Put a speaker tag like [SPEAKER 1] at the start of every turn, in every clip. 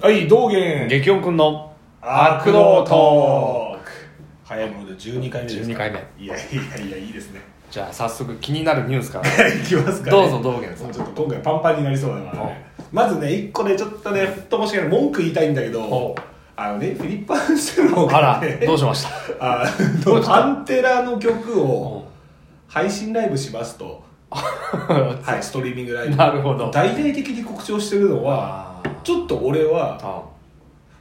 [SPEAKER 1] はい、道元
[SPEAKER 2] 激おくんの
[SPEAKER 1] 悪道トーク早いもので12回目ですか
[SPEAKER 2] 12回目
[SPEAKER 1] いやいやいやいいですね
[SPEAKER 2] じゃあ早速気になるニュースから
[SPEAKER 1] いきますか、ね、
[SPEAKER 2] どうぞ道元さ
[SPEAKER 1] も
[SPEAKER 2] ん
[SPEAKER 1] うちょっと今回パンパンになりそうだからねまずね一個ねちょっとねふっともしかない文句言いたいんだけど
[SPEAKER 2] ほう
[SPEAKER 1] あのねフィリップ・アンセルモ
[SPEAKER 2] あ
[SPEAKER 1] が
[SPEAKER 2] ら
[SPEAKER 1] ね
[SPEAKER 2] どうしました
[SPEAKER 1] あ
[SPEAKER 2] どう
[SPEAKER 1] の
[SPEAKER 2] した
[SPEAKER 1] パンテラの曲
[SPEAKER 2] お
[SPEAKER 1] を
[SPEAKER 2] う
[SPEAKER 1] 配信ライブしますと、はい、ストリーミングライブ
[SPEAKER 2] なるほど
[SPEAKER 1] 大々的に告知をしてるのは
[SPEAKER 2] あー
[SPEAKER 1] ちょっと俺は
[SPEAKER 2] あ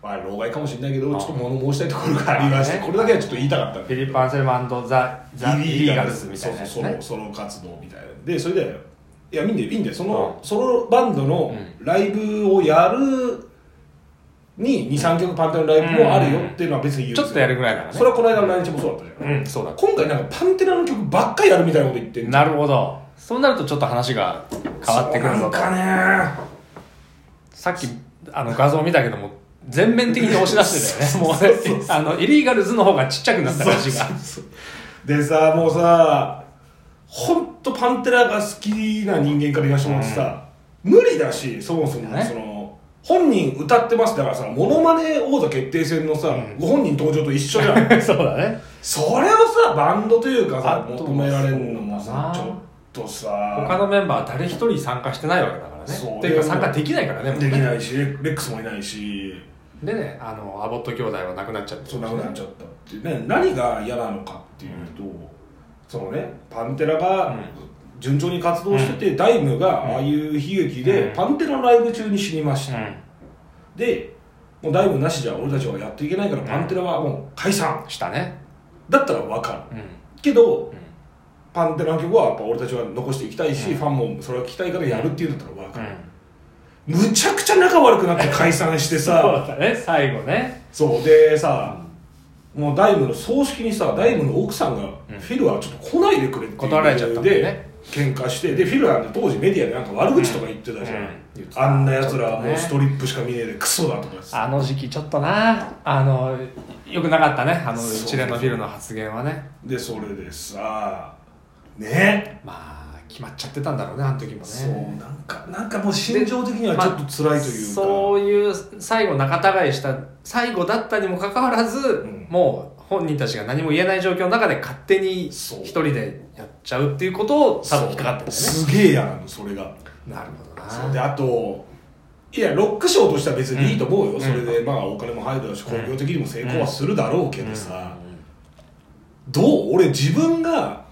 [SPEAKER 1] まあ、老害かもしれないけど、ち
[SPEAKER 2] あ
[SPEAKER 1] ょ
[SPEAKER 2] あ
[SPEAKER 1] っと物申したいところがありまして、
[SPEAKER 2] まあ
[SPEAKER 1] こ
[SPEAKER 2] ね
[SPEAKER 1] れだけはちょっと言いたかった
[SPEAKER 2] フィリップ・アンセルマンド・ザ・ザ・イリーガルスみたいなやつ
[SPEAKER 1] そうそう
[SPEAKER 2] ね
[SPEAKER 1] ソロソロ活動みたいな。で、それで、いや、見んでいいんだよ。その、
[SPEAKER 2] あ
[SPEAKER 1] ソロバンドの
[SPEAKER 2] う
[SPEAKER 1] ライブをやるに、2、3曲パンテラのライブもあるよっていうのは別に言うん
[SPEAKER 2] ち
[SPEAKER 1] で
[SPEAKER 2] ょ
[SPEAKER 1] すよ
[SPEAKER 2] っとやるぐらいならね
[SPEAKER 1] それはこの間の来日もそうだったじゃ
[SPEAKER 2] うんそうだ
[SPEAKER 1] ん。今回なんかパンテラの曲ばっかりやるみたいなこと言ってんじゃん
[SPEAKER 2] なるほどそうなるとちょっと話が変わってくる
[SPEAKER 1] そ
[SPEAKER 2] の
[SPEAKER 1] うなんかね
[SPEAKER 2] さっきあの画像見たけども全面的に押し出してたよねもうねあのイリーガルズの方がちっちゃくなったらしい
[SPEAKER 1] そ
[SPEAKER 2] が
[SPEAKER 1] うそうそうでさもうさほんとパンテラが好きな人間から言わせてもらってさ、無理だしそもそも、
[SPEAKER 2] ね
[SPEAKER 1] その本人歌ってますだからさモノマネ王座決定戦のさ、
[SPEAKER 2] うん
[SPEAKER 1] ご本人登場と一緒じゃ ん
[SPEAKER 2] そうだね
[SPEAKER 1] それをさバンドというかさ
[SPEAKER 2] あと
[SPEAKER 1] 求められるのも
[SPEAKER 2] そうだ
[SPEAKER 1] さ
[SPEAKER 2] な
[SPEAKER 1] ちょっとさ
[SPEAKER 2] 他のメンバーは誰一人参加してないわけだから
[SPEAKER 1] そう
[SPEAKER 2] ねっていうか参加できないからねもう
[SPEAKER 1] で
[SPEAKER 2] ね
[SPEAKER 1] きないしレックスもいないし
[SPEAKER 2] でねあのアボット兄弟は亡くなっちゃって
[SPEAKER 1] そうなくなっちゃったっていうね何が嫌なのかっていうと、そのねパンテラが
[SPEAKER 2] うん
[SPEAKER 1] 順調に活動してて、ダイムが
[SPEAKER 2] うん
[SPEAKER 1] ああいう悲劇で、
[SPEAKER 2] うん
[SPEAKER 1] パンテラのライブ中に死にまし
[SPEAKER 2] う
[SPEAKER 1] た、
[SPEAKER 2] ん
[SPEAKER 1] でもうダイムなしじゃ俺たちはやっていけないから、
[SPEAKER 2] うん
[SPEAKER 1] パンテラはもう解散
[SPEAKER 2] したね
[SPEAKER 1] だったら分かる
[SPEAKER 2] うん
[SPEAKER 1] けど
[SPEAKER 2] うん
[SPEAKER 1] パンテラの曲はやっぱ俺たちは残していきたいし、
[SPEAKER 2] うん
[SPEAKER 1] ファンもそれは聞きたいからやるっていうんだったら分
[SPEAKER 2] う
[SPEAKER 1] かる、
[SPEAKER 2] ん
[SPEAKER 1] むちゃくちゃ仲悪くなって解散して
[SPEAKER 2] そう
[SPEAKER 1] さ
[SPEAKER 2] だったね最後ね
[SPEAKER 1] そうでさ、もうダイムの葬式にさダイムの奥さんが、
[SPEAKER 2] うん
[SPEAKER 1] フィルはちょっと来ないでくれっていう
[SPEAKER 2] 断られちゃったもんね
[SPEAKER 1] で喧嘩してでフィルなんて当時メディアでなんか悪口とか言ってたじゃん、
[SPEAKER 2] うん言ってた
[SPEAKER 1] あんなやつらはも
[SPEAKER 2] ちょっと
[SPEAKER 1] う
[SPEAKER 2] ね
[SPEAKER 1] ストリップしか見ねえでクソだとかさ
[SPEAKER 2] あの時期ちょっとなあのよくなかったねあの
[SPEAKER 1] そう
[SPEAKER 2] 一連のフィルの発言はね
[SPEAKER 1] でそれでさね
[SPEAKER 2] まあ決まっちゃってたんだろうねあの時もね
[SPEAKER 1] そうなんかなんかもう心情的にはちょっと辛いというか、
[SPEAKER 2] そういう最後仲違いした最後だったにもかかわらず、
[SPEAKER 1] ん
[SPEAKER 2] もう本人たちが何も言えない状況の中で勝手に
[SPEAKER 1] そう
[SPEAKER 2] 一人でやっちゃうっていうことを多分引っかかってんだよね
[SPEAKER 1] すげえ嫌なのそれが
[SPEAKER 2] なるほどな
[SPEAKER 1] そうであといやロックショーとしては別にいいと思うよ、
[SPEAKER 2] うん
[SPEAKER 1] それでまあお金も入るだろうし
[SPEAKER 2] う
[SPEAKER 1] 興
[SPEAKER 2] ん
[SPEAKER 1] 行的にも成功はするだろうけどさ、
[SPEAKER 2] うんうん
[SPEAKER 1] どう俺自分が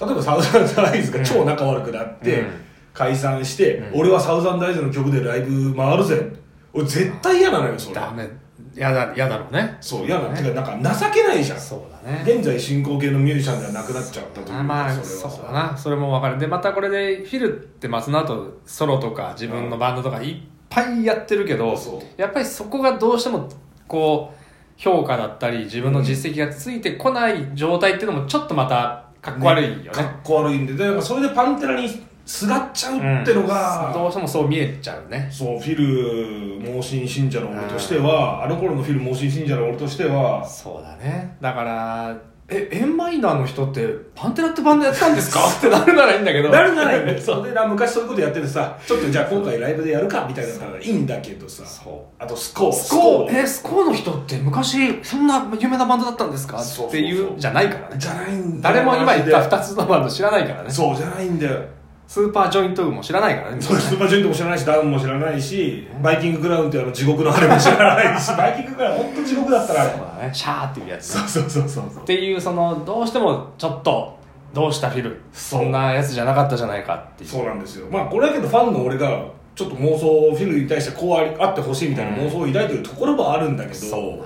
[SPEAKER 1] 例えばサウザンドアイズが超仲悪くなって、
[SPEAKER 2] うん
[SPEAKER 1] 解散して、
[SPEAKER 2] うん
[SPEAKER 1] 俺はサウザンドアイズの曲でライブ回るぜ俺絶対嫌なのよそれ
[SPEAKER 2] ダメやだやだろうね
[SPEAKER 1] そう嫌な
[SPEAKER 2] ね
[SPEAKER 1] てかなんか情けないじゃん
[SPEAKER 2] そうだね
[SPEAKER 1] 現在進行形のミュージシャンではなくなっちゃったというか
[SPEAKER 2] まあ
[SPEAKER 1] それ
[SPEAKER 2] そ
[SPEAKER 1] は
[SPEAKER 2] うだ
[SPEAKER 1] さ
[SPEAKER 2] なそれも分かるでまたこれでフィルってまあその後ソロとか自分のバンドとかいっぱいやってるけど、
[SPEAKER 1] そう
[SPEAKER 2] やっぱりそこがどうしてもこう評価だったり自分の実績がついてこない状態っていうのもちょっとまたかっこ悪いよね
[SPEAKER 1] かっこ悪いんでだからそれでパンテラにすがっちゃうってのが、
[SPEAKER 2] うんどうしてもそう見えちゃうね
[SPEAKER 1] そうフィル盲信信者の俺としてはあの頃のフィル盲信信者の俺としては
[SPEAKER 2] そうだねだからえエンマイナーの人ってパンテラってバンドやってたんです かってなるならいいんだけど
[SPEAKER 1] なるならいいんだよ
[SPEAKER 2] そう
[SPEAKER 1] それな昔そういうことやっててさちょっとじゃあ今回ライブでやるかみたいなのからいいんだけどさ
[SPEAKER 2] そう
[SPEAKER 1] あとスコー
[SPEAKER 2] スコー
[SPEAKER 1] ー
[SPEAKER 2] えスコーの人って昔そんな有名なバンドだったんですか
[SPEAKER 1] そうそうそう
[SPEAKER 2] っていうじゃないからね
[SPEAKER 1] じゃないんだよ
[SPEAKER 2] 誰も今言った2つのバンド知らないからね
[SPEAKER 1] そうじゃないんだよ
[SPEAKER 2] スーパージョイント部も知らないからね
[SPEAKER 1] そうスーパージョイントも知らないしダウンも知らないしバイキンググラウンドっていうあの地獄のあれも知らない しバイキンググラウンド本当地獄だったらあれ
[SPEAKER 2] そうだねシャーっていうやつ
[SPEAKER 1] そうそうそうそう
[SPEAKER 2] っていうそのどうしてもちょっとどうしたフィル
[SPEAKER 1] そう
[SPEAKER 2] そんなやつじゃなかったじゃないかっていう
[SPEAKER 1] そうなんですよまあこれだけどファンの俺がちょっと妄想フィルに対してこうありあってほしいみたいな妄想を抱いてるところもあるんだけど、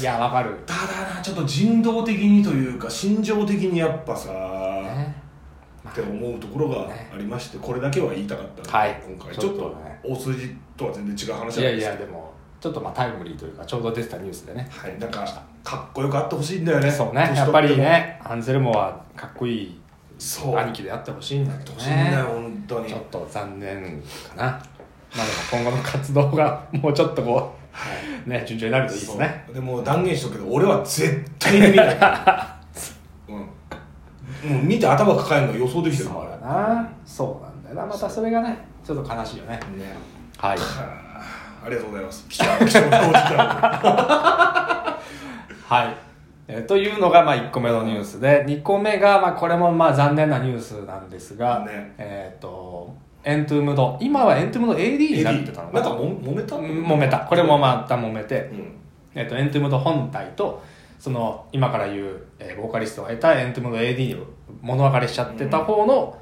[SPEAKER 2] いやわかる、
[SPEAKER 1] ただなちょっと人道的にというか心情的にやっぱさ、
[SPEAKER 2] ね、
[SPEAKER 1] って思うところがありまして、これだけは言いたかった、
[SPEAKER 2] はい
[SPEAKER 1] 今回ち
[SPEAKER 2] ち
[SPEAKER 1] ょ
[SPEAKER 2] ょ
[SPEAKER 1] っ
[SPEAKER 2] っと
[SPEAKER 1] と
[SPEAKER 2] ね
[SPEAKER 1] 大筋とは全然違う話
[SPEAKER 2] い
[SPEAKER 1] な
[SPEAKER 2] や
[SPEAKER 1] ん
[SPEAKER 2] い
[SPEAKER 1] です
[SPEAKER 2] や
[SPEAKER 1] け
[SPEAKER 2] でもちょっとまあタイムリーというかちょうど出てたニュースでね
[SPEAKER 1] どはいなんかかっこよくあってほしいんだよね
[SPEAKER 2] そうねやっぱりねアンゼルモはかっこいい
[SPEAKER 1] 年取ってもそう
[SPEAKER 2] 兄貴であってほしいんだけど
[SPEAKER 1] ほしいんだよ
[SPEAKER 2] ね
[SPEAKER 1] 本当に
[SPEAKER 2] ちょっと残念かなまあでも今後の活動がもうちょっとこうね順調になるといいですね
[SPEAKER 1] そうでも断言しとくけど俺は絶対に見 ない、うん、もう見て頭抱えるの予想できてる
[SPEAKER 2] そうだなそうなんだよなまたそれがねちょっと悲しいよね
[SPEAKER 1] ね
[SPEAKER 2] はい
[SPEAKER 1] はありがとうございます貴重な貴重なお時間を
[SPEAKER 2] はい、えーというのがまあ1個目のニュースで2個目がまあこれもまあ残念なニュースなんですが、
[SPEAKER 1] ね
[SPEAKER 2] えっ、とエントゥームド今はエントゥームド AD になってたの
[SPEAKER 1] な
[SPEAKER 2] か
[SPEAKER 1] ん
[SPEAKER 2] な
[SPEAKER 1] かも揉めた
[SPEAKER 2] うん揉めたこれもまた揉めて、
[SPEAKER 1] うん
[SPEAKER 2] えっとエントゥムド本体とその今から言う、えーボーカリストを得たエントゥムド AD を物分かれしちゃってた方の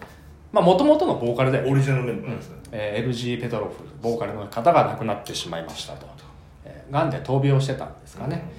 [SPEAKER 2] もともとのボーカルで、
[SPEAKER 1] オリジナルメンバーですね、
[SPEAKER 2] えー LG ペトロフボーカルの方が亡くなってしまいましたと、えー、がんで闘病してたんですかね、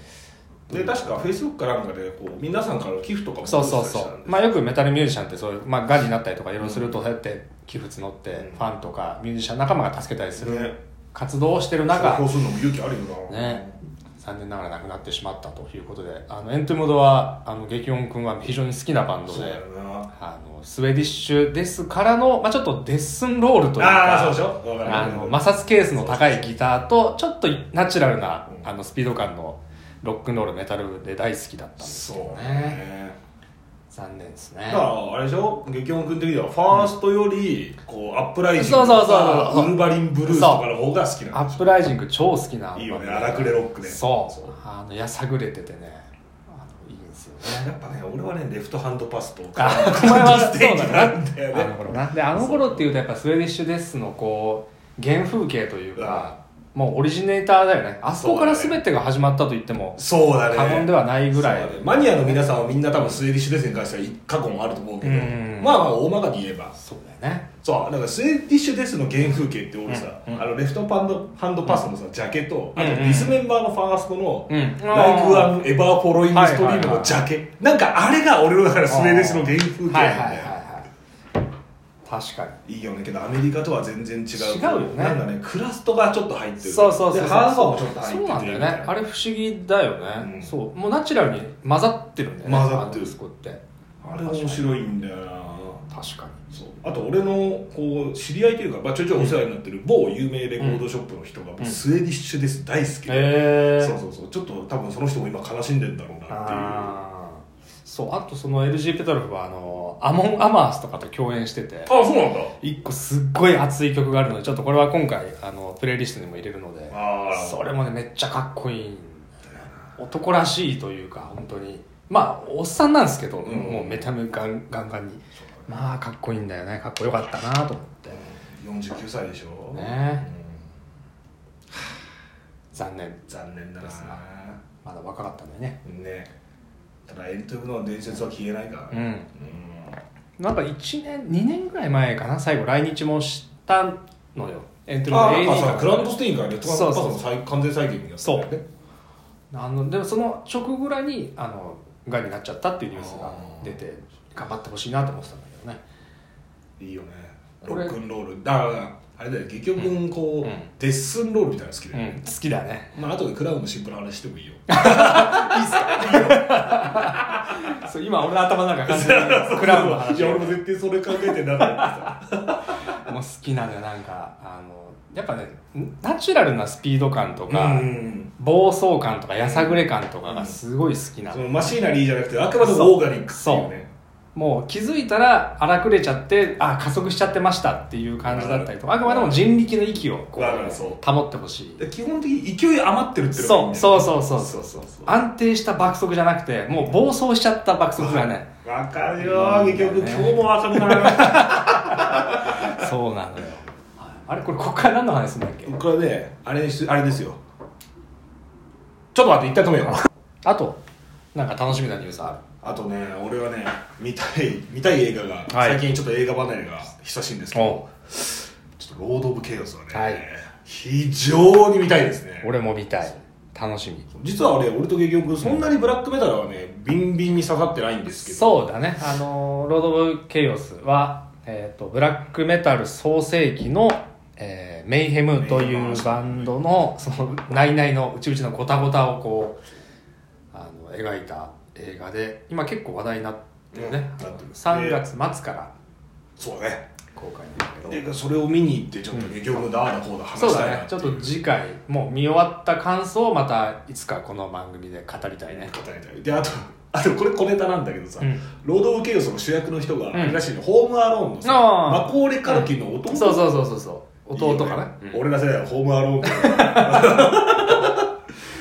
[SPEAKER 1] で確かフェイスブックかなんかでこう皆さんから寄付とかも
[SPEAKER 2] そうそうそ
[SPEAKER 1] 来たりしたん
[SPEAKER 2] う、
[SPEAKER 1] で
[SPEAKER 2] まあ、よくメタルミュージシャンってそういう、まあ、がんになったりとかいろいろするとそうやって寄付募って、ファンとかミュージシャン仲間が助けたりす
[SPEAKER 1] ね
[SPEAKER 2] る活動をしてる中、
[SPEAKER 1] 公表するのも勇気あるよな、
[SPEAKER 2] ね、残念ながら亡くなってしまったということであのエントゥモドはあの激音くんは非常に好きなバンド
[SPEAKER 1] そうや
[SPEAKER 2] で
[SPEAKER 1] ろな
[SPEAKER 2] あのスウェディッシュですからの、まあ、ちょっとデッスンロールという
[SPEAKER 1] ああ
[SPEAKER 2] か
[SPEAKER 1] そうでしょわかる
[SPEAKER 2] あの摩擦ケースの高いギターとちょっとナチュラルな
[SPEAKER 1] うん
[SPEAKER 2] あのスピード感のロックンロールメタルで大好きだったんで
[SPEAKER 1] そ
[SPEAKER 2] す
[SPEAKER 1] う
[SPEAKER 2] けどね
[SPEAKER 1] ね
[SPEAKER 2] 残念です
[SPEAKER 1] だ
[SPEAKER 2] ね
[SPEAKER 1] からあれでしょ激音君的にはファーストよりこうアップライジング
[SPEAKER 2] そうそうそう
[SPEAKER 1] とかウルバリンブルースとかの方が好きな
[SPEAKER 2] ア
[SPEAKER 1] ん
[SPEAKER 2] ップライジング超好きなアルバム
[SPEAKER 1] いい
[SPEAKER 2] で
[SPEAKER 1] よね荒くれロックね
[SPEAKER 2] そう
[SPEAKER 1] そう
[SPEAKER 2] あのやさぐれててねあのいいんですよね
[SPEAKER 1] やっぱね俺はねレフトハンドパスと
[SPEAKER 2] あ、 お前はそう
[SPEAKER 1] ステージ
[SPEAKER 2] だ
[SPEAKER 1] なんだよね
[SPEAKER 2] あの頃な。で、あの頃っていうとやっぱスウェーディッシュデスのこう、原風景というか、もうオリジネーターだよね。あそこから全てが始まったと言っても
[SPEAKER 1] そうだね
[SPEAKER 2] 過言ではないぐらい
[SPEAKER 1] そうだ。ねマニアの皆さんはみんな多分スウェーディッシュデスに関しては過去もあると思うけど
[SPEAKER 2] うん
[SPEAKER 1] まあまあ大まかに言えば
[SPEAKER 2] そうだよね。
[SPEAKER 1] そうだからスウェーディッシュデスの原風景って俺さ、
[SPEAKER 2] うんうん
[SPEAKER 1] あのレフトパンドハンドパスのさジャケと、あと
[SPEAKER 2] うんうん
[SPEAKER 1] ディスメンバーのファーストの「
[SPEAKER 2] うん
[SPEAKER 1] Like an Ever Following Stream」のジャケ、なんかあれが俺の中でスウェーディッシュの原風景
[SPEAKER 2] はい
[SPEAKER 1] な
[SPEAKER 2] はい
[SPEAKER 1] ん
[SPEAKER 2] は
[SPEAKER 1] だ
[SPEAKER 2] い
[SPEAKER 1] よ
[SPEAKER 2] はい。確かに。
[SPEAKER 1] いいよねけどアメリカとは全然違う
[SPEAKER 2] 違うよね
[SPEAKER 1] なんかねクラストがちょっと入ってる
[SPEAKER 2] そうそうそ
[SPEAKER 1] で
[SPEAKER 2] うそう
[SPEAKER 1] ハーファーもちょっと入ってて
[SPEAKER 2] そうなんだよねあれ不思議だよね、
[SPEAKER 1] うん
[SPEAKER 2] そうもうナチュラルに混ざってるんだよね
[SPEAKER 1] 混ざってる
[SPEAKER 2] あのそこって
[SPEAKER 1] あれ面白いんだよな
[SPEAKER 2] 確かに
[SPEAKER 1] そうあと俺のこう知り合いというか、まあ、ちょいちょいお世話になってる某有名レコードショップの人が、僕スウェーディッシュデス大好きで、
[SPEAKER 2] へえ
[SPEAKER 1] そうそうそうちょっと多分その人も今悲しんでんだろうなっていう
[SPEAKER 2] あーそうあとその LG ペトロフはあのアモン・アマースとかと共演してて
[SPEAKER 1] あそうなんだ
[SPEAKER 2] 一個すっごい熱い曲があるのでちょっとこれは今回あのプレイリストにも入れるので
[SPEAKER 1] あー
[SPEAKER 2] それもねめっちゃかっこいいんだよな男らしいというか本当にまあおっさんなんですけど、
[SPEAKER 1] ん
[SPEAKER 2] もうめちゃめちゃガンガンガンにまあかっこいいんだよねかっこよかったなと思って
[SPEAKER 1] 49歳でしょ
[SPEAKER 2] ね
[SPEAKER 1] うん
[SPEAKER 2] 残念
[SPEAKER 1] 残念だな
[SPEAKER 2] ですなまだ若かったんだよね
[SPEAKER 1] ねただエントゥブの伝説は消えないから
[SPEAKER 2] う
[SPEAKER 1] うん
[SPEAKER 2] んなんか1年2年ぐらい前かな最後来日もしたのよエントリ
[SPEAKER 1] あ
[SPEAKER 2] ー
[SPEAKER 1] なん
[SPEAKER 2] の
[SPEAKER 1] か
[SPEAKER 2] AD
[SPEAKER 1] さ
[SPEAKER 2] が
[SPEAKER 1] グランドステインからレッドカンパス
[SPEAKER 2] そう
[SPEAKER 1] の再完全再現にやったんだよね
[SPEAKER 2] あのでもその直ぐらいにあのがんになっちゃったっていうニュースが出て頑張ってほしいなと思ってたんだけどね
[SPEAKER 1] いいよねロ
[SPEAKER 2] これ
[SPEAKER 1] ックンロールだからあれだよ結局こ
[SPEAKER 2] うんうん
[SPEAKER 1] うデッスンロールみたいなの好きだよね
[SPEAKER 2] うん好きだね
[SPEAKER 1] まあ後でクラウンのシンプルな話してもいいよ
[SPEAKER 2] そう今俺の頭なんか完全に クラブの
[SPEAKER 1] い
[SPEAKER 2] 話
[SPEAKER 1] や
[SPEAKER 2] も
[SPEAKER 1] 俺も絶対それ考えてなかった
[SPEAKER 2] う好きなのよなんかあのやっぱねナチュラルなスピード感とか、
[SPEAKER 1] うん
[SPEAKER 2] 暴走感とかやさぐれ感とかがすごい好きなの
[SPEAKER 1] そのマシーナリーじゃなくてあくまでもオーガニックってい
[SPEAKER 2] そう
[SPEAKER 1] うね
[SPEAKER 2] もう気づいたら荒くれちゃってあ加速しちゃってましたっていう感じだったりとかあくまでも人力の息をこ
[SPEAKER 1] わかるそう
[SPEAKER 2] う保ってほしい
[SPEAKER 1] で基本的に勢い余ってるっていのがいいん
[SPEAKER 2] そう
[SPEAKER 1] だよね
[SPEAKER 2] そうそうそうそう
[SPEAKER 1] そうそう
[SPEAKER 2] 安定した爆速じゃなくてもう暴走しちゃった爆速がね
[SPEAKER 1] わかるよ
[SPEAKER 2] うん
[SPEAKER 1] 結局、
[SPEAKER 2] ね
[SPEAKER 1] 今日も遊びながら
[SPEAKER 2] そうなのよはいあれこれここから何の話するんだっけ
[SPEAKER 1] これねあれですあれですよちょっと待って一旦止めよう
[SPEAKER 2] あとなんか楽しみなニュースあ
[SPEAKER 1] あとね俺はね見たい見たい映画が、
[SPEAKER 2] はい
[SPEAKER 1] 最近ちょっと映画離れが久しいんですけ
[SPEAKER 2] る
[SPEAKER 1] どちょっと「ロード・オブ・ケイオス」はね、
[SPEAKER 2] はい
[SPEAKER 1] 非常に見たいですね
[SPEAKER 2] 俺も見たい楽しみ
[SPEAKER 1] 実は俺俺と結局そんなにブラックメタルはねビンビンに刺さってないんですけど
[SPEAKER 2] そうだねあのロード・オブ・ケイオスは、えー、とブラックメタル創世紀の、えーメイヘムというバンドのそのナイナイのうちうちのゴタゴタをこうあの描いた映画で今結構話題になってるね、
[SPEAKER 1] うんなってる
[SPEAKER 2] 3月末から
[SPEAKER 1] そうね
[SPEAKER 2] 公開になるけど
[SPEAKER 1] でそれを見に行ってちょっと結局だあだこうだ話
[SPEAKER 2] そう
[SPEAKER 1] した
[SPEAKER 2] だ
[SPEAKER 1] いな
[SPEAKER 2] ねちょっ
[SPEAKER 1] と
[SPEAKER 2] と次回もう見終わった感想をまたいつかこの番組で語りたいね
[SPEAKER 1] 答えたいであとあとこれ小ネタなんだけどさ、
[SPEAKER 2] うん
[SPEAKER 1] ロード・オブ・ケイオスの主役の人が、
[SPEAKER 2] ん
[SPEAKER 1] あれらしいねホーム・アローンのさ
[SPEAKER 2] あー
[SPEAKER 1] マコーレ・カルキンの弟、
[SPEAKER 2] そうそうそうそうそう弟かな
[SPEAKER 1] うん俺ら世代はホームアローンとか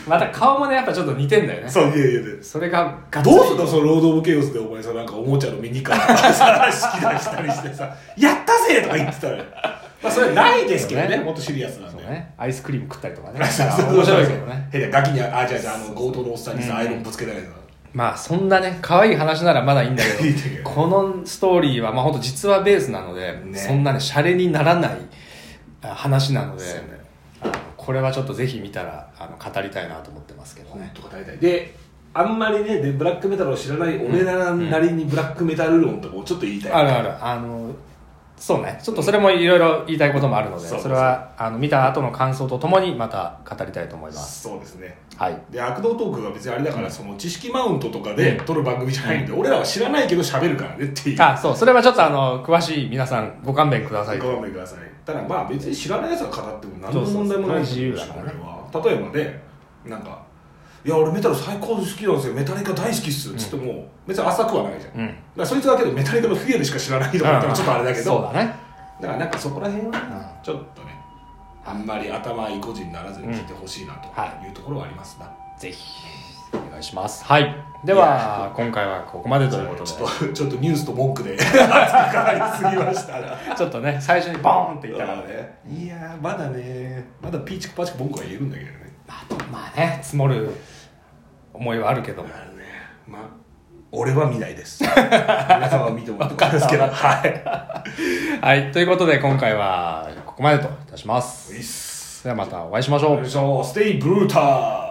[SPEAKER 2] また顔もねやっぱちょっと似てんだ よね
[SPEAKER 1] そういやいやいや
[SPEAKER 2] それがガッツリ
[SPEAKER 1] どうすんのそのロード・オブ・ケイオスでお前さなんかおもちゃのミニカーとかさ 引き出したりしてさ「やったぜ!」とか言ってたらまあそれないですけどね
[SPEAKER 2] そうね
[SPEAKER 1] もっとシリアスなん
[SPEAKER 2] そう
[SPEAKER 1] で、
[SPEAKER 2] ねアイスクリーム食ったりとかね 面
[SPEAKER 1] そうそうそう
[SPEAKER 2] 白いけどね
[SPEAKER 1] 変なガキにああじゃあじゃああの強盗のおっさんにさ、アイロンぶつけたりとか
[SPEAKER 2] まあそんなね可愛い話ならまだいいんだけど
[SPEAKER 1] いいんだけど
[SPEAKER 2] このストーリーはまあ本当実話ベースなので、
[SPEAKER 1] ね
[SPEAKER 2] そんなねシャレにならないあ話なので、
[SPEAKER 1] そうね
[SPEAKER 2] あのこれはちょっとぜひ見たらあの語りたいなと思ってますけどね、
[SPEAKER 1] とか大体であんまりねでブラックメタルを知らない俺らなりにブラックメタル論とかをちょっと言いたい、
[SPEAKER 2] あるあるあのそうねちょっとそれもいろいろ言いたいこともあるので
[SPEAKER 1] そう
[SPEAKER 2] それはあの見た後の感想とともにまた語りたいと思います
[SPEAKER 1] そうですね
[SPEAKER 2] はい
[SPEAKER 1] で悪道トークが別にあれだから、その知識マウントとかで撮る番組じゃないんで、俺らは知らないけど喋るからねっていう
[SPEAKER 2] あそうそれはちょっとあの詳しい皆さんご勘弁ください
[SPEAKER 1] ご勘弁くださいただまあ別に知らないやつが語っても何の問題もないし
[SPEAKER 2] そうそうそう自由だからね
[SPEAKER 1] これは例えばねなんか「いや俺メタル最高好きなんですよメタリカ大好きっす」っつっても、別に浅くはないじゃん、
[SPEAKER 2] う
[SPEAKER 1] だか
[SPEAKER 2] ん
[SPEAKER 1] らそいつだけどメタリカのフィエルしか知らないとか言ったらちょっとあれだけど、
[SPEAKER 2] うんそうだね
[SPEAKER 1] だからなんかそこら辺はねちょっとねあんまり頭いい個人にならずに聞いてほしいなと
[SPEAKER 2] うんはい
[SPEAKER 1] いうところはありますな、
[SPEAKER 2] ぜひお願いしますはいでは今回はここまでということで
[SPEAKER 1] ちょっとちょっとニュースと文 句で熱く語りすぎましたが
[SPEAKER 2] ちょっとね最初にボーンっていったからね
[SPEAKER 1] ねいやーまだねまだピーチクパチク文句は言えるんだけどね
[SPEAKER 2] あとまあね積もる思いはあるけども
[SPEAKER 1] あのねまあ俺は見ないです 皆さんは見てもらってですけどは
[SPEAKER 2] はいということで今回はここまでといたしま
[SPEAKER 1] い
[SPEAKER 2] す
[SPEAKER 1] っす
[SPEAKER 2] ではまたお会いしましょう
[SPEAKER 1] よいしょステイブルーター